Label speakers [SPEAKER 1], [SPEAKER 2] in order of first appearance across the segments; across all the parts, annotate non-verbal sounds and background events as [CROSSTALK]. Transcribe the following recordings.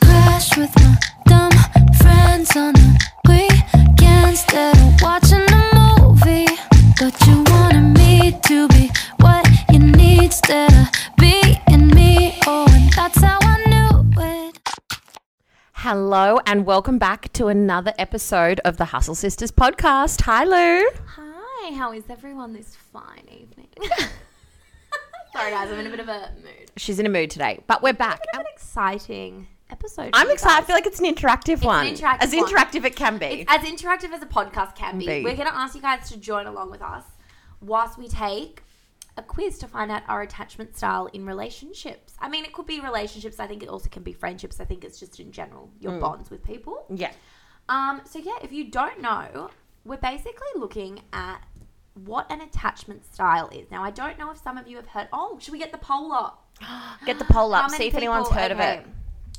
[SPEAKER 1] with my dumb friends on the weekends. They're watching a movie, but you wanted me to be what you need instead of being me. Oh, and that's how I knew it.
[SPEAKER 2] Hello and welcome back to another episode of the Hustle Sisters podcast. Hi, Lou.
[SPEAKER 3] Hi, how is everyone this fine evening?
[SPEAKER 2] [LAUGHS]
[SPEAKER 3] Sorry, guys, I'm in a bit of a mood.
[SPEAKER 2] She's in a mood today, but we're back.
[SPEAKER 3] An exciting episode.
[SPEAKER 2] I'm
[SPEAKER 3] for you
[SPEAKER 2] excited. I
[SPEAKER 3] guys.
[SPEAKER 2] feel like it's an interactive one,
[SPEAKER 3] interactive
[SPEAKER 2] as
[SPEAKER 3] one.
[SPEAKER 2] interactive it can be.
[SPEAKER 3] As interactive as a podcast can be,
[SPEAKER 2] Be.
[SPEAKER 3] we're going to ask you guys to join along with us whilst we take a quiz to find out our attachment style in relationships. I mean, it could be relationships. I think it also can be friendships. I think it's just in general your
[SPEAKER 2] Hmm.
[SPEAKER 3] bonds with people.
[SPEAKER 2] yeah,
[SPEAKER 3] Um, so yeah, if you don't know, we're basically looking at what an attachment style is. Now, I don't know if some of you have heard. Oh, should we get the poll up?
[SPEAKER 2] get the poll
[SPEAKER 3] How
[SPEAKER 2] up,
[SPEAKER 3] many
[SPEAKER 2] see if anyone's
[SPEAKER 3] people-
[SPEAKER 2] heard
[SPEAKER 3] okay.
[SPEAKER 2] of it.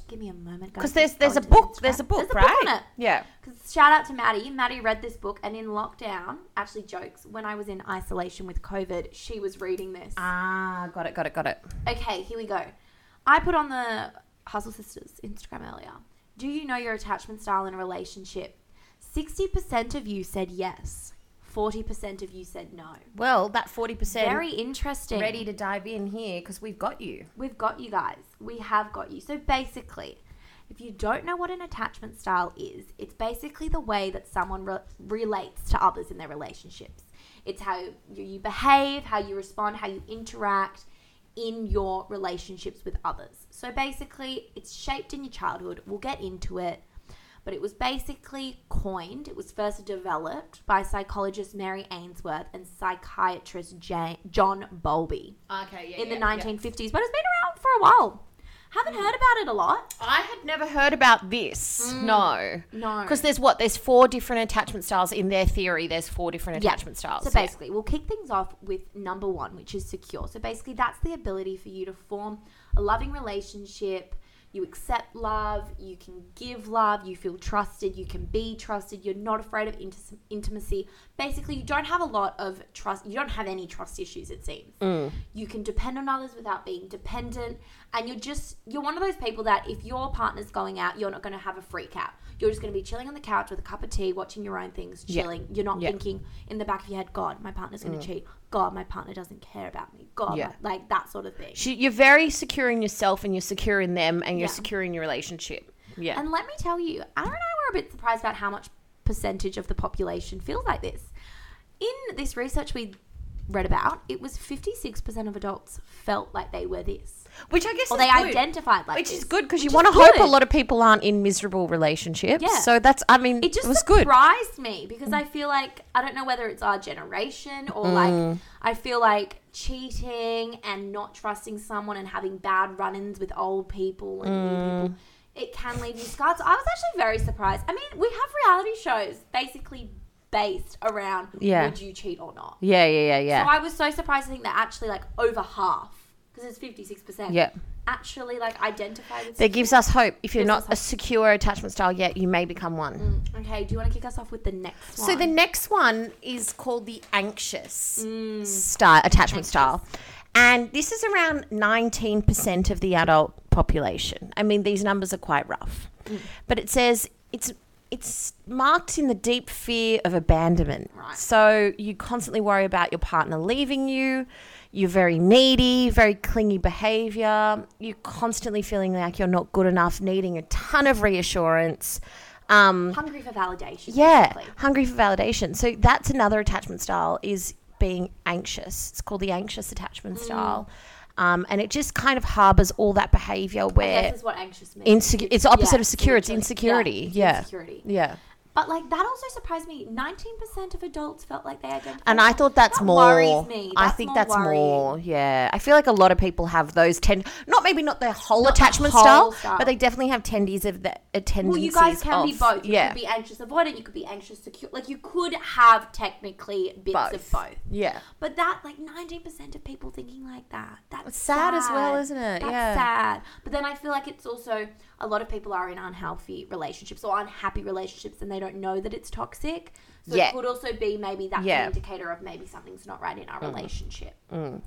[SPEAKER 3] Give me a moment, guys.
[SPEAKER 2] Because there's
[SPEAKER 3] Just
[SPEAKER 2] there's a
[SPEAKER 3] go into
[SPEAKER 2] book, there's a
[SPEAKER 3] Instagram.
[SPEAKER 2] book,
[SPEAKER 3] There's a
[SPEAKER 2] right?
[SPEAKER 3] on it.
[SPEAKER 2] Yeah.
[SPEAKER 3] Because shout out to Maddie. Maddie read this book, and in lockdown, actually jokes. When I was in isolation with COVID, she was reading this.
[SPEAKER 2] Ah, got it, got it, got it.
[SPEAKER 3] Okay, here we go. I put on the Hustle Sisters Instagram earlier. Do you know your attachment style in a relationship? 60% of you said yes. 40% of you said no.
[SPEAKER 2] Well, that forty percent
[SPEAKER 3] Very interesting.
[SPEAKER 2] ready to dive in here because we've got you.
[SPEAKER 3] We've got you guys. We have got you. So basically, if you don't know what an attachment style is, it's basically the way that someone re- relates to others in their relationships. It's how you, you behave, how you respond, how you interact in your relationships with others. So basically, it's shaped in your childhood. We'll get into it. But it was basically coined, it was first developed by psychologist Mary Ainsworth and psychiatrist Ja John Bowlby
[SPEAKER 2] Okay, yeah.
[SPEAKER 3] in the 1950s, but it's been around for a while. Haven't heard about it a lot.
[SPEAKER 2] I had never heard about this. Mm. No.
[SPEAKER 3] No.
[SPEAKER 2] Because there's what? There's four different attachment styles. In their theory, there's four different
[SPEAKER 3] Yeah.
[SPEAKER 2] attachment styles.
[SPEAKER 3] So basically, we'll kick things off with number one, which is secure. So basically, that's the ability for you to form a loving relationship. You accept love, you can give love, you feel trusted, you can be trusted, you're not afraid of intis- intimacy. Basically, you don't have a lot of trust, you don't have any trust issues, it seems.
[SPEAKER 2] Mm.
[SPEAKER 3] You can depend on others without being dependent, and you're just, you're one of those people that if your partner's going out, you're not going to have a freak out. You're just going to be chilling on the couch with a cup of tea, watching your own things,
[SPEAKER 2] Yeah.
[SPEAKER 3] chilling. You're not
[SPEAKER 2] Yeah. Mm.
[SPEAKER 3] thinking, thinking in the back of your head, God, my partner's going to cheat. God, my partner doesn't care about me. God,
[SPEAKER 2] Yeah.
[SPEAKER 3] my, like that sort of thing.
[SPEAKER 2] She- You're very secure in yourself and you're secure in them and you're
[SPEAKER 3] Yeah.
[SPEAKER 2] secure in your relationship. Yeah.
[SPEAKER 3] And let me tell you, I don't know, we're a bit surprised about how much percentage of the population feels like this. In this research we read about, it was 56% of adults felt like they were this.
[SPEAKER 2] Which I guess
[SPEAKER 3] Or
[SPEAKER 2] is
[SPEAKER 3] they
[SPEAKER 2] good.
[SPEAKER 3] identified like
[SPEAKER 2] Which
[SPEAKER 3] this.
[SPEAKER 2] is good because you
[SPEAKER 3] Which
[SPEAKER 2] want to
[SPEAKER 3] is
[SPEAKER 2] hope a
[SPEAKER 3] good.
[SPEAKER 2] lot of people aren't in miserable relationships.
[SPEAKER 3] Yeah.
[SPEAKER 2] So that's, I mean,
[SPEAKER 3] It just
[SPEAKER 2] was good. Mm.
[SPEAKER 3] surprised me because I feel like I don't know whether it's our generation or like I feel like cheating and not trusting someone and having bad run-ins with old people and
[SPEAKER 2] Mm.
[SPEAKER 3] new people. It can leave you scarred. So I was actually very surprised. I mean, we have reality shows basically based around
[SPEAKER 2] Yeah.
[SPEAKER 3] would you cheat or not.
[SPEAKER 2] Yeah, yeah, yeah, yeah.
[SPEAKER 3] So I was so surprised to think that actually like over half because it's fifty six percent.
[SPEAKER 2] Yeah.
[SPEAKER 3] Actually, like identify with.
[SPEAKER 2] that gives us hope. If you're
[SPEAKER 3] Gives us
[SPEAKER 2] not a
[SPEAKER 3] hope.
[SPEAKER 2] secure attachment style yet, you may become one.
[SPEAKER 3] okay, do you want to kick us off with the next one?
[SPEAKER 2] So the next one is called the anxious style attachment style. And this is around 19% of the adult population. I mean these numbers are quite rough. But it says it's it's marked in the deep fear of abandonment.
[SPEAKER 3] Right.
[SPEAKER 2] So you constantly worry about your partner leaving you. You're very needy, very clingy behavior. You're constantly feeling like you're not good enough, needing a ton of reassurance. Um,
[SPEAKER 3] hungry for validation.
[SPEAKER 2] yeah
[SPEAKER 3] basically.
[SPEAKER 2] hungry for validation so that's another attachment style is being anxious it's called the anxious attachment
[SPEAKER 3] Mm.
[SPEAKER 2] style um, and it just kind of harbors all that behavior
[SPEAKER 3] This
[SPEAKER 2] where
[SPEAKER 3] is what anxious means.
[SPEAKER 2] insecure it's the opposite
[SPEAKER 3] Yeah,
[SPEAKER 2] of secure it's
[SPEAKER 3] literally.
[SPEAKER 2] insecurity
[SPEAKER 3] it's
[SPEAKER 2] yeah
[SPEAKER 3] Insecurity.
[SPEAKER 2] yeah
[SPEAKER 3] But like that also surprised me. Nineteen percent of adults felt like they identified.
[SPEAKER 2] and I thought that's
[SPEAKER 3] That
[SPEAKER 2] more.
[SPEAKER 3] worries me.
[SPEAKER 2] I
[SPEAKER 3] That's
[SPEAKER 2] think
[SPEAKER 3] more
[SPEAKER 2] that's
[SPEAKER 3] worrying.
[SPEAKER 2] more. Yeah, I feel like a lot of people have those ten. Not maybe not their whole
[SPEAKER 3] Not the
[SPEAKER 2] attachment
[SPEAKER 3] whole
[SPEAKER 2] style,
[SPEAKER 3] style.
[SPEAKER 2] but they definitely have tendencies of the attendances.
[SPEAKER 3] Well, you guys can be
[SPEAKER 2] of-
[SPEAKER 3] both. You
[SPEAKER 2] yeah,
[SPEAKER 3] could be anxious avoidant. You could be anxious secure. Like you could have technically bits of both.
[SPEAKER 2] Yeah,
[SPEAKER 3] But that like nineteen percent of people thinking like that. That's
[SPEAKER 2] sad as well,
[SPEAKER 3] sad.
[SPEAKER 2] isn't it?
[SPEAKER 3] That's
[SPEAKER 2] Yeah.
[SPEAKER 3] sad. But then I feel like it's also a lot of people are in unhealthy relationships or unhappy relationships and they don't know that it's toxic. So
[SPEAKER 2] Yeah.
[SPEAKER 3] it could also be maybe that's
[SPEAKER 2] Yeah. Mm.
[SPEAKER 3] an indicator of maybe something's not right in our relationship.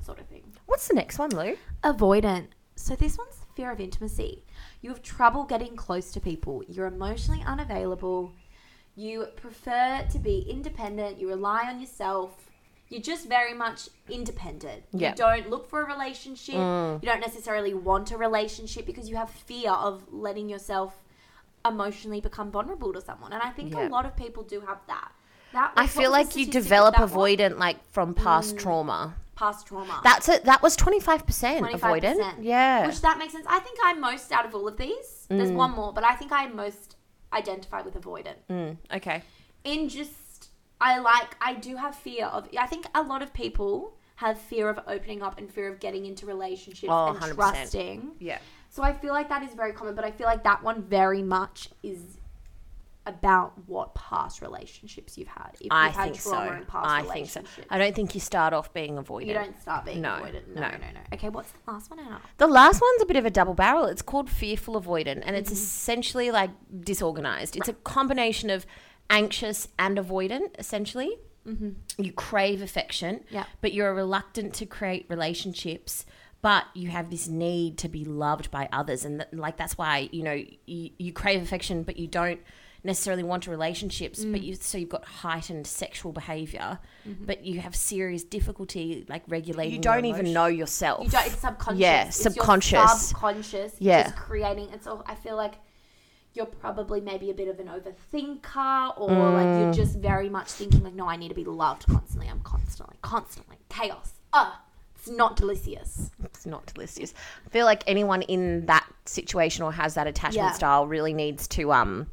[SPEAKER 3] Sort of thing.
[SPEAKER 2] What's the next one, Lou?
[SPEAKER 3] Avoidant. So this one's fear of intimacy. You have trouble getting close to people. You're emotionally unavailable. You prefer to be independent. You rely on yourself. You're just very much independent.
[SPEAKER 2] Yeah. Mm.
[SPEAKER 3] You don't look for a relationship. You don't necessarily want a relationship because you have fear of letting yourself emotionally become vulnerable to someone. And I think
[SPEAKER 2] Yeah.
[SPEAKER 3] a lot of people do have that. That
[SPEAKER 2] I
[SPEAKER 3] was-
[SPEAKER 2] feel
[SPEAKER 3] what was
[SPEAKER 2] like
[SPEAKER 3] the
[SPEAKER 2] you
[SPEAKER 3] statistic
[SPEAKER 2] develop
[SPEAKER 3] of that one? Mm.
[SPEAKER 2] avoidant like from past trauma.
[SPEAKER 3] past trauma.
[SPEAKER 2] That's it. That was twenty five percent avoidant.
[SPEAKER 3] 25%.
[SPEAKER 2] Yeah.
[SPEAKER 3] Which that makes sense. I think I'm most out of all of these. There's one more, but I think I most identify with avoidant.
[SPEAKER 2] Mm, okay.
[SPEAKER 3] In just, I like, I do have fear of, I think a lot of people have fear of opening up and fear of getting into relationships
[SPEAKER 2] Oh,
[SPEAKER 3] and
[SPEAKER 2] 100%.
[SPEAKER 3] trusting.
[SPEAKER 2] Yeah.
[SPEAKER 3] So I feel like that is very common, but I feel like that one very much is about what past relationships you've had. If
[SPEAKER 2] I
[SPEAKER 3] you've had
[SPEAKER 2] think so.
[SPEAKER 3] trauma in past
[SPEAKER 2] I think so.
[SPEAKER 3] relationships.
[SPEAKER 2] I don't think you start off being avoidant.
[SPEAKER 3] You don't start being
[SPEAKER 2] No,
[SPEAKER 3] avoidant. No,
[SPEAKER 2] no.
[SPEAKER 3] no, no, Okay, what's the last one out?
[SPEAKER 2] The last one's a bit of a double barrel. It's called fearful avoidant, and
[SPEAKER 4] Mm.
[SPEAKER 2] it's essentially like disorganized. It's a combination of anxious and avoidant, essentially. Mm-hmm. You crave affection,
[SPEAKER 3] Yeah.
[SPEAKER 2] but you're reluctant to create relationships. But you have this need to be loved by others, and that like that's why you know you, you crave affection, but you don't necessarily want relationships. But
[SPEAKER 4] Mm.
[SPEAKER 2] you so you've got heightened sexual behavior, but you have serious difficulty like regulating.
[SPEAKER 4] Mm-hmm. You
[SPEAKER 2] your
[SPEAKER 4] don't even
[SPEAKER 2] emotions.
[SPEAKER 4] know yourself.
[SPEAKER 3] You don't, it's subconscious.
[SPEAKER 2] Yeah,
[SPEAKER 3] It's your
[SPEAKER 2] subconscious.
[SPEAKER 3] subconscious.
[SPEAKER 2] Yeah.
[SPEAKER 3] Just creating. It's all. I feel like you're probably maybe a bit of an overthinker, or like
[SPEAKER 2] Mm.
[SPEAKER 3] you're just very much thinking like, no, I need to be loved constantly. I'm constantly, constantly chaos. Ugh. It's not delicious.
[SPEAKER 2] it's not delicious. I feel like anyone in that situation or has that attachment
[SPEAKER 3] Yeah.
[SPEAKER 2] style really needs to um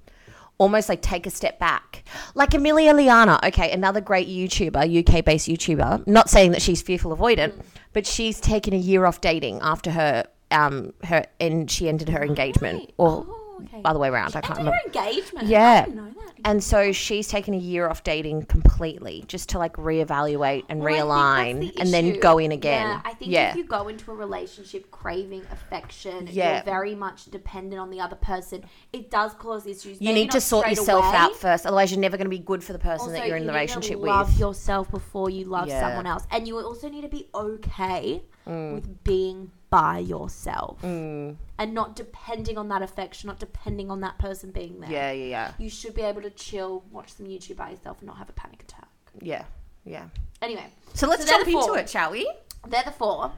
[SPEAKER 2] almost like take a step back. Like Amelia Liana, okay, another great YouTuber, UK based YouTuber. Not saying that she's fearful avoidant, but she's taken a year off dating after her um her and she ended her engagement. Or
[SPEAKER 3] Oh, okay.
[SPEAKER 2] other way around, I can't
[SPEAKER 3] Ended
[SPEAKER 2] remember.
[SPEAKER 3] your engagement.
[SPEAKER 2] Yeah.
[SPEAKER 3] I didn't know that.
[SPEAKER 2] And so she's taken a year off dating completely just to like reevaluate and
[SPEAKER 3] Well, I think
[SPEAKER 2] realign
[SPEAKER 3] that's the
[SPEAKER 2] and then
[SPEAKER 3] issue.
[SPEAKER 2] go in again.
[SPEAKER 3] Yeah, I think if you go into a relationship craving affection,
[SPEAKER 2] Yeah.
[SPEAKER 3] you're very much dependent on the other person. It does cause issues.
[SPEAKER 2] you
[SPEAKER 3] Maybe
[SPEAKER 2] need to
[SPEAKER 3] not
[SPEAKER 2] sort
[SPEAKER 3] straight
[SPEAKER 2] yourself
[SPEAKER 3] away.
[SPEAKER 2] out first otherwise you're never going to be good for the person that
[SPEAKER 3] Also,
[SPEAKER 2] you're in
[SPEAKER 3] you
[SPEAKER 2] the
[SPEAKER 3] need to
[SPEAKER 2] relationship
[SPEAKER 3] Love
[SPEAKER 2] with
[SPEAKER 3] yourself before you love
[SPEAKER 2] Yeah. Mm.
[SPEAKER 3] someone else, and you also need to be okay with being by yourself and not depending on that affection, not depending on that person being there.
[SPEAKER 2] yeah yeah yeah
[SPEAKER 3] You should be able to chill, watch some YouTube by yourself, and not have a panic attack.
[SPEAKER 2] yeah yeah
[SPEAKER 3] Anyway,
[SPEAKER 2] so let's
[SPEAKER 3] they're
[SPEAKER 2] jump
[SPEAKER 3] the
[SPEAKER 2] into
[SPEAKER 3] four.
[SPEAKER 2] it shall we
[SPEAKER 3] They're the four.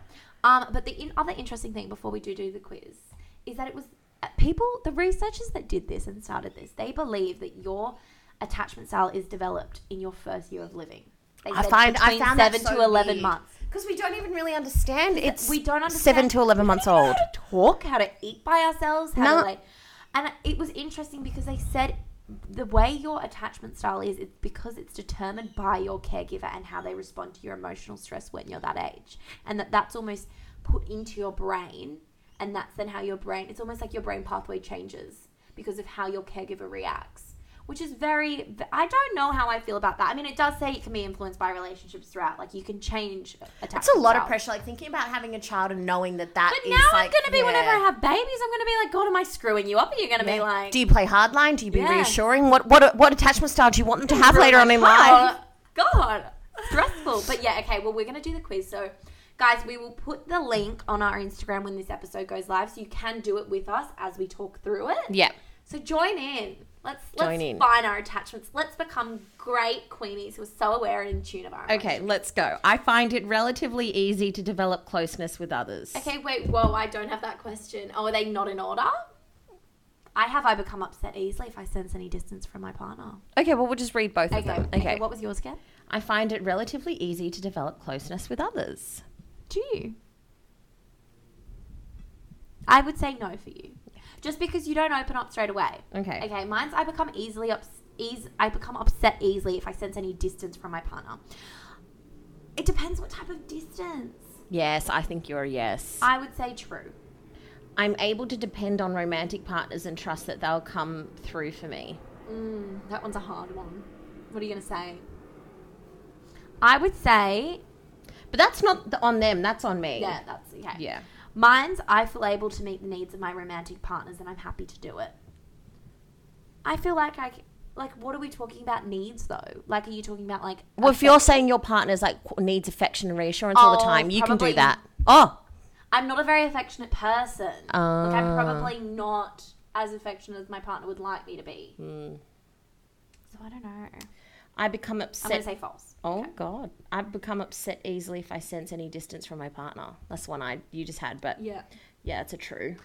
[SPEAKER 3] Um, but the in- other interesting thing before we do do the quiz is that it was uh, people, the researchers that did this and started this, they believe that your attachment style is developed in your first year of living. They
[SPEAKER 2] I
[SPEAKER 3] said
[SPEAKER 2] find- I
[SPEAKER 3] between
[SPEAKER 2] found that
[SPEAKER 3] seven
[SPEAKER 2] so
[SPEAKER 3] to eleven
[SPEAKER 2] weird.
[SPEAKER 3] months.
[SPEAKER 2] because we don't even really understand it's
[SPEAKER 3] we don't understand
[SPEAKER 2] seven to 11 months
[SPEAKER 3] how
[SPEAKER 2] old
[SPEAKER 3] to talk, how to eat by ourselves, how
[SPEAKER 2] No.
[SPEAKER 3] to like. And it was interesting because they said the way your attachment style is, it's because it's determined by your caregiver and how they respond to your emotional stress when you're that age, and that that's almost put into your brain, and that's then how your brain. It's almost like your brain pathway changes because of how your caregiver reacts. Which is very, I don't know how I feel about that. I mean, it does say it can be influenced by relationships throughout. Like, you can change attachment
[SPEAKER 2] it's a lot of
[SPEAKER 3] styles.
[SPEAKER 2] pressure like thinking about having a child and knowing that that
[SPEAKER 3] But
[SPEAKER 2] is,
[SPEAKER 3] now I'm
[SPEAKER 2] like-
[SPEAKER 3] gonna be whenever
[SPEAKER 2] yeah.
[SPEAKER 3] I have babies, I'm gonna be like, God, am I screwing you up? And you're gonna be like,
[SPEAKER 2] do you play hardline? Do you be
[SPEAKER 3] Yeah.
[SPEAKER 2] reassuring? What what what attachment style do you want them to have
[SPEAKER 3] "Screw
[SPEAKER 2] later
[SPEAKER 3] my
[SPEAKER 2] on in life?
[SPEAKER 3] child." God, stressful. But yeah, okay. Well, we're gonna do the quiz. So, guys, we will put the link on our Instagram when this episode goes live, so you can do it with us as we talk through it.
[SPEAKER 2] Yeah,
[SPEAKER 3] So join in. Let's
[SPEAKER 2] Join
[SPEAKER 3] let's
[SPEAKER 2] in.
[SPEAKER 3] find our attachments. Let's become great queenies who are so aware and in tune of our.
[SPEAKER 4] Okay, let's go. I find it relatively easy to develop closeness with others.
[SPEAKER 3] Okay, wait, whoa, I don't have that question. Oh, are they not in order? I have I become upset easily if I sense any distance from my partner.
[SPEAKER 2] Okay, well we'll just read both of
[SPEAKER 3] Okay,
[SPEAKER 2] them.
[SPEAKER 3] okay.
[SPEAKER 2] Okay,
[SPEAKER 3] What was yours again?
[SPEAKER 4] I find it relatively easy to develop closeness with others.
[SPEAKER 3] Do you? I would say no for you, just because you don't open up straight away.
[SPEAKER 4] Okay.
[SPEAKER 3] Okay. Mine's I become easily ups- eas- I become upset easily if I sense any distance from my partner. It depends what type of distance.
[SPEAKER 4] Yes, I think you're a yes.
[SPEAKER 3] I would say true.
[SPEAKER 4] I'm able to depend on romantic partners and trust that they'll come through for me.
[SPEAKER 3] Mm, that one's a hard one. What are you gonna say? I would say
[SPEAKER 4] But that's not th- on them, that's on me.
[SPEAKER 3] yeah. That's okay.
[SPEAKER 4] Yeah.
[SPEAKER 3] Mine's I feel able to meet the needs of my romantic partners and I'm happy to do it. I feel like I c- like what are we talking about needs though? Like are you talking about like
[SPEAKER 2] well if
[SPEAKER 3] affect-
[SPEAKER 2] you're saying your partner's like qu- needs affection and reassurance all the
[SPEAKER 3] Oh,
[SPEAKER 2] time, you can do
[SPEAKER 3] probably-
[SPEAKER 2] that. Oh,
[SPEAKER 3] I'm not a very affectionate person. like
[SPEAKER 2] Ah.
[SPEAKER 3] I'm probably not as affectionate as my partner would like me to be.
[SPEAKER 2] Hmm.
[SPEAKER 3] So I don't know. I'm
[SPEAKER 4] I become
[SPEAKER 3] gonna
[SPEAKER 4] upset.
[SPEAKER 3] say false.
[SPEAKER 4] oh God, I become upset easily if I sense any distance from my partner. That's one I you just had, but
[SPEAKER 3] Yeah.
[SPEAKER 4] yeah, it's a true.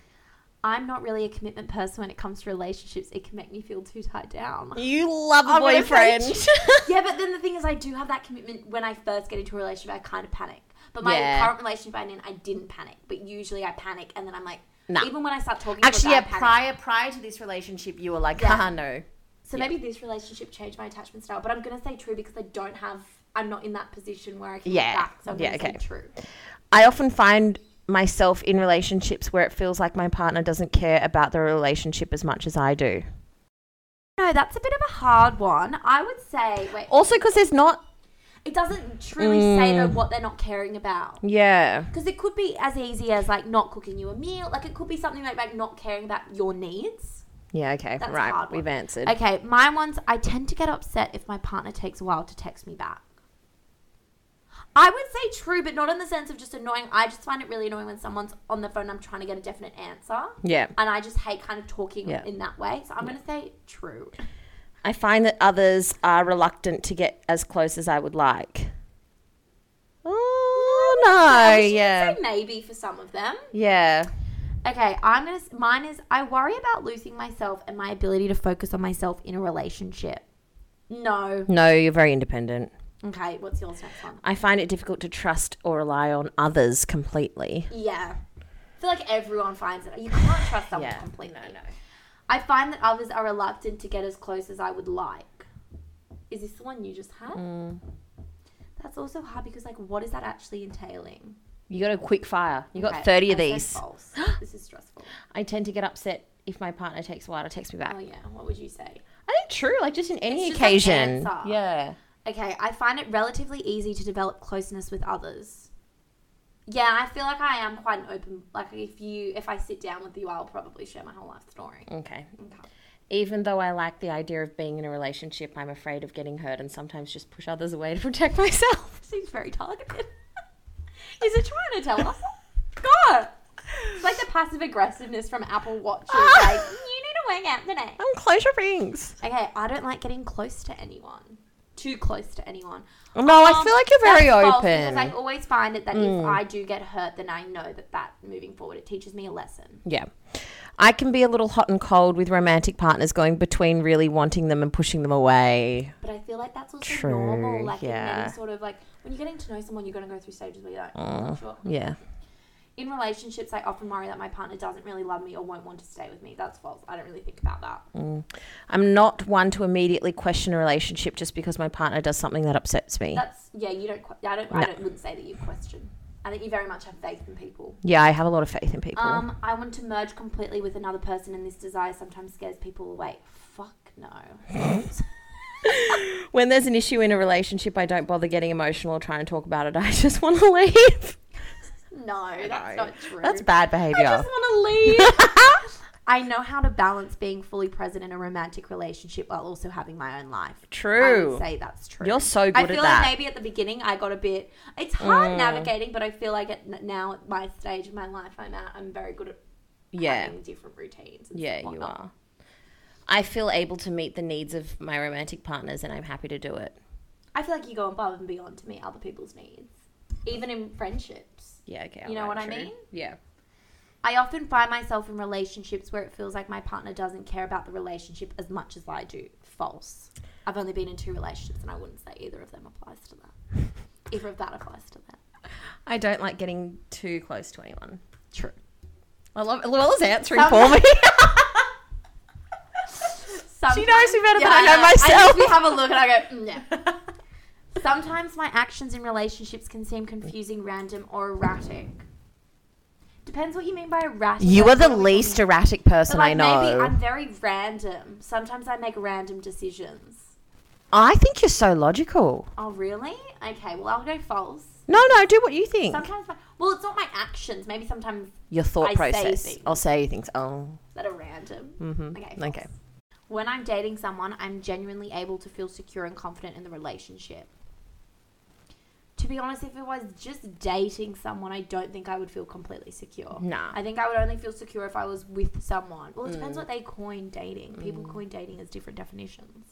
[SPEAKER 3] I'm not really a commitment person when it comes to relationships. It can make me feel too tied down.
[SPEAKER 4] You love a
[SPEAKER 3] gonna say
[SPEAKER 4] boyfriend.
[SPEAKER 2] [LAUGHS]
[SPEAKER 3] yeah, but then the thing is, I do have that commitment when I first get into a relationship. I kind of panic. But my
[SPEAKER 4] Yeah.
[SPEAKER 3] current relationship I'm in, I didn't panic. But usually I panic, and then I'm like,
[SPEAKER 4] Nah.
[SPEAKER 3] even when I start talking, to a
[SPEAKER 2] Actually, yeah.
[SPEAKER 3] guy, I panic.
[SPEAKER 2] Prior prior to this relationship, you were like,
[SPEAKER 3] Yeah.
[SPEAKER 2] ah, no.
[SPEAKER 3] So maybe this relationship changed my attachment style. But I'm gonna say true because I don't have. I'm not in that position where I can
[SPEAKER 2] Yeah.
[SPEAKER 3] yeah. back. So I'm
[SPEAKER 2] Yeah,
[SPEAKER 3] gonna say
[SPEAKER 2] okay.
[SPEAKER 3] true.
[SPEAKER 2] I often find myself in relationships where it feels like my partner doesn't care about the relationship as much as I do.
[SPEAKER 3] No, that's a bit of a hard one. I would say wait,
[SPEAKER 2] Also, because there's not.
[SPEAKER 3] it doesn't truly say
[SPEAKER 2] Mm.
[SPEAKER 3] though what they're not caring about.
[SPEAKER 2] Yeah.
[SPEAKER 3] Because it could be as easy as like not cooking you a meal. Like it could be something like, like not caring about your needs.
[SPEAKER 2] Yeah. Okay.
[SPEAKER 3] That's a
[SPEAKER 2] right.
[SPEAKER 3] hard one.
[SPEAKER 2] We've answered.
[SPEAKER 3] Okay, my one's I tend to get upset if my partner takes a while to text me back. I would say true, but not in the sense of just annoying. I just find it really annoying when someone's on the phone and I'm trying to get a definite answer.
[SPEAKER 2] Yeah.
[SPEAKER 3] And I just hate kind of talking
[SPEAKER 2] Yeah. Oh,
[SPEAKER 3] in that way. So I'm going to say true.
[SPEAKER 2] I find that others are reluctant to get as close as I would like. Oh
[SPEAKER 3] I
[SPEAKER 2] no!
[SPEAKER 3] should
[SPEAKER 2] Yeah,
[SPEAKER 3] Say maybe for some of them.
[SPEAKER 2] yeah.
[SPEAKER 3] Okay, I'm going to mine is I worry about losing myself and my ability to focus on myself in a relationship. No.
[SPEAKER 2] No, you're very independent.
[SPEAKER 3] Okay, what's yours next one?
[SPEAKER 2] I find it difficult to trust or rely on others completely.
[SPEAKER 3] Yeah. I feel like everyone finds it. You can't trust someone
[SPEAKER 2] Yeah.
[SPEAKER 3] completely. I find that others are reluctant to get as close as I would like. Is this the one you just had?
[SPEAKER 4] Mm.
[SPEAKER 3] That's also hard because, like, what is that actually entailing?
[SPEAKER 4] You got a quick fire. You got
[SPEAKER 3] Okay,
[SPEAKER 4] thirty of
[SPEAKER 3] I said
[SPEAKER 4] these.
[SPEAKER 3] false.
[SPEAKER 4] [GASPS]
[SPEAKER 3] this is stressful.
[SPEAKER 4] I tend to get upset if my partner takes a while to text me back.
[SPEAKER 3] Oh, yeah. What would you say?
[SPEAKER 4] I think true, like just in any
[SPEAKER 3] It's just an
[SPEAKER 4] occasion.
[SPEAKER 3] answer.
[SPEAKER 4] yeah.
[SPEAKER 3] Okay, I find it relatively easy to develop closeness with others. Yeah, I feel like I am quite an open. Like, if you, if I sit down with you, I'll probably share my whole life story.
[SPEAKER 4] Okay.
[SPEAKER 3] Okay.
[SPEAKER 4] Even though I like the idea of being in a relationship, I'm afraid of getting hurt and sometimes just push others away to protect [LAUGHS] myself.
[SPEAKER 3] Seems very targeted. [LAUGHS] Is it trying to tell [LAUGHS] us? God! It's like the passive aggressiveness from Apple [LAUGHS] Watch. It's like, you need to work out today.
[SPEAKER 2] And close your rings.
[SPEAKER 3] Okay, I don't like getting close to anyone. Too close to anyone.
[SPEAKER 2] No, I feel like you're very
[SPEAKER 3] Um, That's false,
[SPEAKER 2] open. Mm.
[SPEAKER 3] Because I always find it that if I do get hurt, then I know that that moving forward, it teaches me a lesson.
[SPEAKER 2] yeah. I can be a little hot and cold with romantic partners going between really wanting them and pushing them away.
[SPEAKER 3] But I feel like that's also
[SPEAKER 2] True,
[SPEAKER 3] normal. Like in
[SPEAKER 2] yeah.
[SPEAKER 3] any sort of like when you're getting to know someone, you're going to go through stages where you're like, "I'm not sure.
[SPEAKER 2] Yeah.
[SPEAKER 3] In relationships, I often worry that my partner doesn't really love me or won't want to stay with me. That's false. I don't really think about that.
[SPEAKER 2] Mm. I'm not one to immediately question a relationship just because my partner does something that upsets me.
[SPEAKER 3] That's yeah. You don't. que- I don't. I don't, wouldn't say that you question. I think you very much have faith in people.
[SPEAKER 2] yeah, I have a lot of faith in people.
[SPEAKER 3] Um, I want to merge completely with another person, and this desire sometimes scares people away. Fuck
[SPEAKER 2] [LAUGHS]
[SPEAKER 3] no.
[SPEAKER 2] when there's an issue in a relationship, I don't bother getting emotional or trying to talk about it. [LAUGHS] I just want to leave.
[SPEAKER 3] no, that's not true.
[SPEAKER 2] That's bad
[SPEAKER 3] I
[SPEAKER 2] behavior.
[SPEAKER 3] just
[SPEAKER 2] [LAUGHS]
[SPEAKER 3] want to leave. I know how to balance being fully present in a romantic relationship while also having my own life. I
[SPEAKER 2] True.
[SPEAKER 3] would say that's true.
[SPEAKER 2] You're so good
[SPEAKER 3] I
[SPEAKER 2] at
[SPEAKER 3] feel
[SPEAKER 2] that. Mm.
[SPEAKER 3] like maybe at the beginning I got a bit. It's hard navigating, but I feel like at n- now at my stage of my life I'm at, I'm very good at
[SPEAKER 4] Yeah.
[SPEAKER 3] having different routines. And
[SPEAKER 4] Yeah, you
[SPEAKER 3] whatnot.
[SPEAKER 4] are. I feel able to meet the needs of my romantic partners and I'm happy to do it.
[SPEAKER 3] I feel like you go above and beyond to meet other people's needs, even in friendships.
[SPEAKER 4] Yeah, okay.
[SPEAKER 3] You know
[SPEAKER 4] alright,
[SPEAKER 3] what I
[SPEAKER 4] true.
[SPEAKER 3] mean?
[SPEAKER 4] Yeah.
[SPEAKER 3] I often find myself in relationships where it feels like my partner doesn't care about the relationship as much as I do. False. I've only been in two relationships, and I wouldn't say either of them applies to
[SPEAKER 2] [LAUGHS]
[SPEAKER 3] that. either of that applies to that.
[SPEAKER 4] I don't like getting too close to anyone.
[SPEAKER 3] True. Um,
[SPEAKER 4] I love Luella's answering
[SPEAKER 3] Some- [LAUGHS]
[SPEAKER 4] for me.
[SPEAKER 3] Sometimes,
[SPEAKER 2] knows me better than I know myself.
[SPEAKER 3] I just have a look and I go, mm, yeah.
[SPEAKER 2] [LAUGHS]
[SPEAKER 3] Sometimes my actions in relationships can seem confusing, random, or erratic. Depends what you mean by erratic.
[SPEAKER 2] you
[SPEAKER 3] Like,
[SPEAKER 2] are the
[SPEAKER 3] what are we
[SPEAKER 2] least
[SPEAKER 3] talking-
[SPEAKER 2] erratic person
[SPEAKER 3] But, like,
[SPEAKER 2] I know.
[SPEAKER 3] Maybe I'm very random. Sometimes I make random decisions.
[SPEAKER 2] I think you're so logical.
[SPEAKER 3] Oh, really? Okay, well, I'll go false.
[SPEAKER 2] No, no, do what you think.
[SPEAKER 3] Sometimes, my, well, it's not my actions. Maybe sometimes
[SPEAKER 2] Your thought
[SPEAKER 3] I say
[SPEAKER 2] process.
[SPEAKER 3] things.
[SPEAKER 2] I'll say things. Oh,
[SPEAKER 3] that are random. Mm-hmm. Okay. false.
[SPEAKER 2] Okay.
[SPEAKER 3] When I'm dating someone, I'm genuinely able to feel secure and confident in the relationship. To to be honest, if it was just dating someone, I don't think I would feel completely secure.
[SPEAKER 2] Nah. Mm.
[SPEAKER 3] I think I would only feel secure if I was with someone. Well, it depends what they coin dating. People coin dating as different definitions.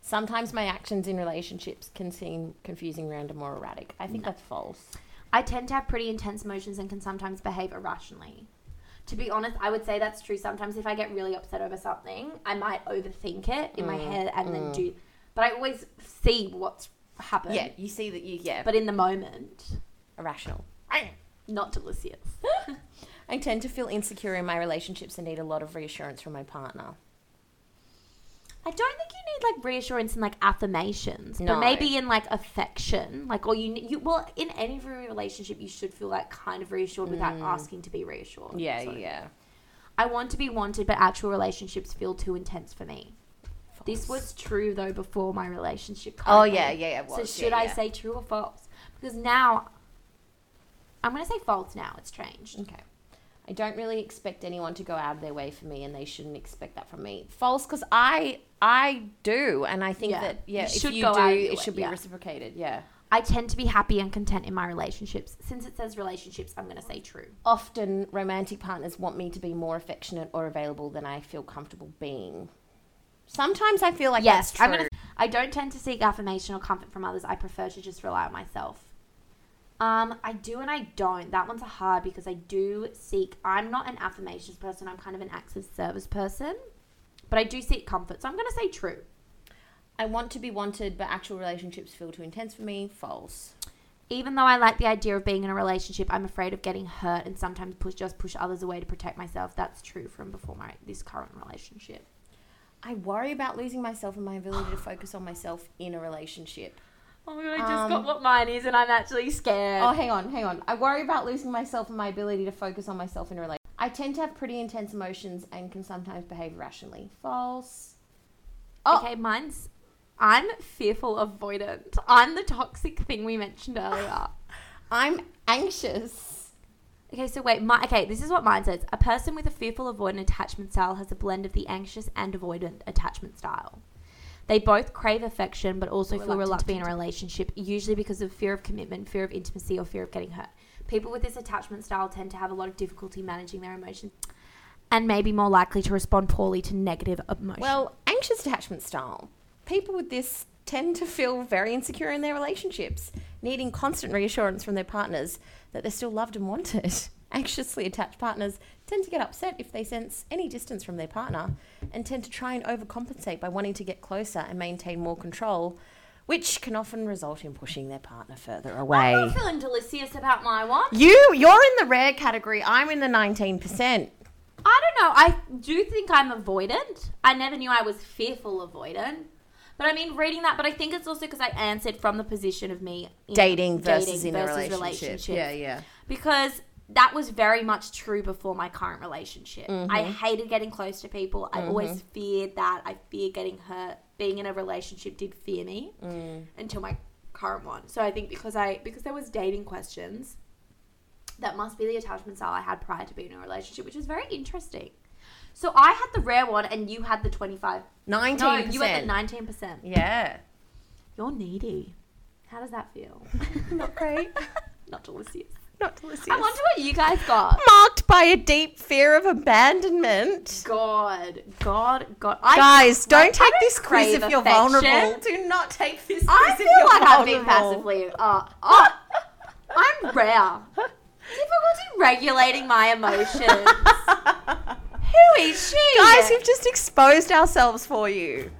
[SPEAKER 2] Sometimes my actions in relationships can seem confusing, random, or erratic. I think that's false.
[SPEAKER 3] I tend to have pretty intense emotions and can sometimes behave irrationally. To be honest, I would say that's true. Sometimes if I get really upset over something, I might overthink it in my
[SPEAKER 2] Mm.
[SPEAKER 3] head and then do. But I always see what's happened.
[SPEAKER 2] Yeah, you see that you, yeah, but
[SPEAKER 3] But in the moment,
[SPEAKER 2] irrational.
[SPEAKER 3] not Delicious.
[SPEAKER 2] I tend to feel insecure in my relationships and need a lot of reassurance from my partner.
[SPEAKER 3] I don't think you need like reassurance and like affirmations,
[SPEAKER 2] No.
[SPEAKER 3] but maybe in like affection, like or you you well in any relationship you should feel like kind of reassured without asking to be reassured.
[SPEAKER 2] Mm. Yeah,
[SPEAKER 3] sort of
[SPEAKER 2] yeah.
[SPEAKER 3] I want to be wanted, but actual relationships feel too intense for me. This was true though before my relationship.
[SPEAKER 2] Oh,
[SPEAKER 3] currently.
[SPEAKER 2] yeah, yeah, it was,
[SPEAKER 3] So should
[SPEAKER 2] yeah,
[SPEAKER 3] I
[SPEAKER 2] yeah.
[SPEAKER 3] say true or false? Because now I'm gonna say false. Now it's changed.
[SPEAKER 2] Okay. I don't really expect anyone to go out of their way for me, and they shouldn't expect that from me. False, because I I do, and I think
[SPEAKER 3] Yeah.
[SPEAKER 2] that yeah,
[SPEAKER 3] You
[SPEAKER 2] if
[SPEAKER 3] should
[SPEAKER 2] you
[SPEAKER 3] go
[SPEAKER 2] do,
[SPEAKER 3] out of your
[SPEAKER 2] it
[SPEAKER 3] way,
[SPEAKER 2] should be
[SPEAKER 3] yeah.
[SPEAKER 2] reciprocated. Yeah.
[SPEAKER 3] I tend to be happy and content in my relationships. Since it says relationships, I'm gonna say true.
[SPEAKER 2] Often, romantic partners want me to be more affectionate or available than I feel comfortable being. Sometimes I feel like
[SPEAKER 3] yes,
[SPEAKER 2] that's true.
[SPEAKER 3] I'm gonna. I don't tend to seek affirmation or comfort from others. I prefer to just rely on myself. Um, I do and I don't. That one's hard because I do seek. I'm not an affirmations person. I'm kind of an acts of service person, but I do seek comfort. So I'm gonna say true.
[SPEAKER 2] I want to be wanted, but actual relationships feel too intense for me. False.
[SPEAKER 3] Even though I like the idea of being in a relationship, I'm afraid of getting hurt and sometimes push just push others away to protect myself. That's true from before my this current relationship.
[SPEAKER 2] I worry about losing myself and my ability to focus on myself in a relationship.
[SPEAKER 3] Oh my god, I
[SPEAKER 2] just got
[SPEAKER 3] what mine is, and I'm actually scared.
[SPEAKER 2] Oh, hang on, hang on. I worry about losing myself and my ability to focus on myself in a relationship. I tend to have pretty intense emotions and can sometimes behave irrationally. False. Oh.
[SPEAKER 3] Okay, mine's. I'm fearful avoidant. I'm the toxic thing we mentioned earlier.
[SPEAKER 2] I'm anxious.
[SPEAKER 3] okay, so wait. My, okay, this is what mine says. A person with a fearful avoidant attachment style has a blend of the anxious and avoidant attachment style. They both crave affection but also feel reluctant to be in a relationship, usually because of fear of commitment, fear of intimacy, or fear of getting hurt. People with this attachment style tend to have a lot of difficulty managing their emotions and may be more likely to respond poorly to negative emotions.
[SPEAKER 2] Well, anxious attachment style. People with this tend to feel very insecure in their relationships, needing constant reassurance from their partners that they're still loved and wanted. [LAUGHS] Anxiously attached partners tend to get upset if they sense any distance from their partner and tend to try and overcompensate by wanting to get closer and maintain more control, which can often result in pushing their partner further
[SPEAKER 3] I'm
[SPEAKER 2] away.
[SPEAKER 3] feeling delicious about my one.
[SPEAKER 2] You, you're in the rare category. I'm in the 19%.
[SPEAKER 3] I don't know. I do think I'm avoidant. I never knew I was fearful avoidant. But I mean, reading that, but I think it's also because I answered from the position of me in-
[SPEAKER 2] Dating versus in a
[SPEAKER 3] versus
[SPEAKER 2] relationship. Yeah, yeah.
[SPEAKER 3] Because that was very much true before my current relationship. I
[SPEAKER 2] Mm-hmm.
[SPEAKER 3] hated getting close to people. I always feared that. I feared getting hurt. Being in a relationship did fear me
[SPEAKER 2] Mm.
[SPEAKER 3] until my current one. So I think because I because there was dating questions, that must be the attachment style I had prior to being in a relationship, which is very interesting. So I had the rare one, and you had the twenty five.
[SPEAKER 2] 19%.
[SPEAKER 3] No, you had the nineteen percent.
[SPEAKER 2] yeah.
[SPEAKER 3] You're needy. How does that feel?
[SPEAKER 2] [LAUGHS] Not great.
[SPEAKER 3] [LAUGHS] Not delicious.
[SPEAKER 2] Not delicious.
[SPEAKER 3] I wonder what you guys got.
[SPEAKER 2] marked by a deep fear of abandonment.
[SPEAKER 3] God, God, God. I,
[SPEAKER 2] Guys, don't
[SPEAKER 3] like, I
[SPEAKER 2] take this quiz
[SPEAKER 3] crave
[SPEAKER 2] if you're
[SPEAKER 3] affection.
[SPEAKER 2] vulnerable. Do not take this quiz
[SPEAKER 3] I
[SPEAKER 2] if
[SPEAKER 3] feel
[SPEAKER 2] you're
[SPEAKER 3] like I'm being
[SPEAKER 2] vulnerable.
[SPEAKER 3] passively. [LAUGHS] Uh, uh, I'm rare. Difficulty regulating my
[SPEAKER 2] [LAUGHS]
[SPEAKER 3] emotions. [LAUGHS] Who is she?
[SPEAKER 2] Guys, we've just exposed ourselves for you.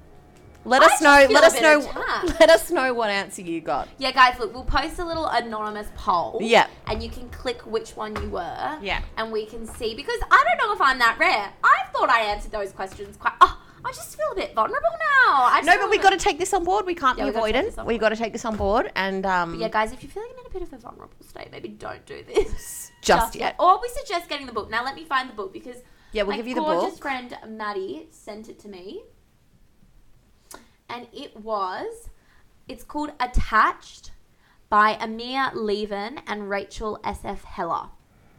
[SPEAKER 2] Let
[SPEAKER 3] I
[SPEAKER 2] us
[SPEAKER 3] just
[SPEAKER 2] know.
[SPEAKER 3] feel
[SPEAKER 2] Let
[SPEAKER 3] a
[SPEAKER 2] us
[SPEAKER 3] bit
[SPEAKER 2] know. [LAUGHS]
[SPEAKER 3] attacked.
[SPEAKER 2] Let us know what answer you got.
[SPEAKER 3] yeah, guys, look, we'll post a little anonymous poll.
[SPEAKER 2] Yeah.
[SPEAKER 3] And you can click which one you were.
[SPEAKER 2] Yeah.
[SPEAKER 3] And we can see because I don't know if I'm that rare. I thought I answered those questions quite. Oh, I just feel a bit vulnerable now. I just
[SPEAKER 2] No,
[SPEAKER 3] feel
[SPEAKER 2] but
[SPEAKER 3] a
[SPEAKER 2] we
[SPEAKER 3] bit-
[SPEAKER 2] got to take this on board. We can't
[SPEAKER 3] Yeah,
[SPEAKER 2] be
[SPEAKER 3] we gotta take this
[SPEAKER 2] avoidant.
[SPEAKER 3] on
[SPEAKER 2] We got to take this on board, and um,
[SPEAKER 3] Yeah, guys, if you're feeling in a bit of a vulnerable state, maybe don't do this
[SPEAKER 2] [LAUGHS] Just yet.
[SPEAKER 3] Or we suggest getting the book. Now, let me find the book because
[SPEAKER 2] yeah, we'll
[SPEAKER 3] my
[SPEAKER 2] give you the
[SPEAKER 3] gorgeous
[SPEAKER 2] book.
[SPEAKER 3] friend Maddie sent it to me, and it was it's called Attached by Amir Levin and Rachel S.F. Heller.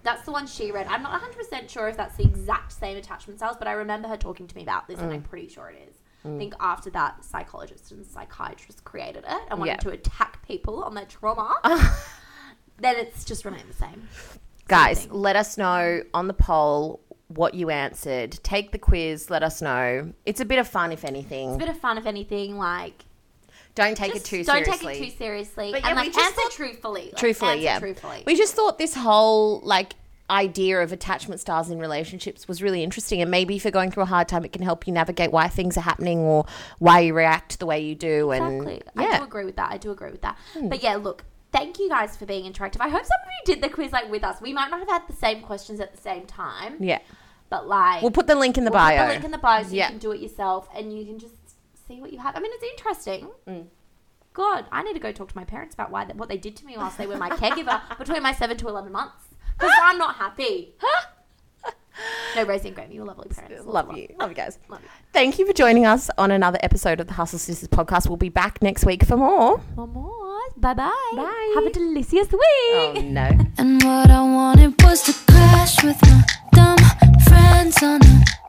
[SPEAKER 3] That's the one she read.
[SPEAKER 2] Mm.
[SPEAKER 3] I'm not 100% sure if that's the exact same attachment styles, but I remember her talking to me about this, and I'm pretty sure it is. I think after that, psychologists and psychiatrists created it and wanted
[SPEAKER 2] Yeah. Uh-huh.
[SPEAKER 3] to attack people on their trauma.
[SPEAKER 2] [LAUGHS]
[SPEAKER 3] then it's just remained the same.
[SPEAKER 2] Guys,
[SPEAKER 3] Something.
[SPEAKER 2] let us know on the poll what you answered. Take the quiz, let us know. It's a bit of fun, if anything.
[SPEAKER 3] It's a bit of fun, if anything. Like,
[SPEAKER 2] don't take it
[SPEAKER 3] just
[SPEAKER 2] too
[SPEAKER 3] don't
[SPEAKER 2] seriously.
[SPEAKER 3] take it too seriously.
[SPEAKER 2] But yeah,
[SPEAKER 3] and
[SPEAKER 2] we
[SPEAKER 3] like,
[SPEAKER 2] just
[SPEAKER 3] answer
[SPEAKER 2] thought-
[SPEAKER 3] truthfully. Like,
[SPEAKER 2] truthfully,
[SPEAKER 3] answer
[SPEAKER 2] yeah.
[SPEAKER 3] Truthfully.
[SPEAKER 2] We just thought this whole like idea of attachment styles in relationships was really interesting, and maybe if you're going through a hard time, it can help you navigate why things are happening or why you react the way you do. And
[SPEAKER 3] Exactly. I do
[SPEAKER 2] Mm. yeah, Hmm.
[SPEAKER 3] agree with that. I do agree with that. But yeah, look, thank you guys for being interactive. I hope some of you did the quiz like with us. We might not have had the same questions at the same time.
[SPEAKER 2] yeah.
[SPEAKER 3] But like
[SPEAKER 2] We'll put the link in the
[SPEAKER 3] we'll put
[SPEAKER 2] bio.
[SPEAKER 3] link in the bio so
[SPEAKER 2] Yeah.
[SPEAKER 3] you can do it yourself and you can just see what you have. I mean, it's interesting.
[SPEAKER 2] Mm.
[SPEAKER 3] God, I need to go talk to my parents about why what they did to me whilst they were
[SPEAKER 2] [LAUGHS]
[SPEAKER 3] my caregiver between my seven to eleven months. Because I'm not
[SPEAKER 2] [GASPS]
[SPEAKER 3] happy. no, Rosie and Graham, you're lovely
[SPEAKER 2] [GASPS]
[SPEAKER 3] parents.
[SPEAKER 2] Love you. Love you guys.
[SPEAKER 3] Love you.
[SPEAKER 2] Thank you for joining us on another episode of the Hustle Sisters podcast. We'll be back next week for more.
[SPEAKER 3] One more. Bye bye.
[SPEAKER 2] Bye.
[SPEAKER 3] Have a delicious week.
[SPEAKER 2] Oh, no.
[SPEAKER 1] And what I wanted was to crash with my dumb friends on a Oh,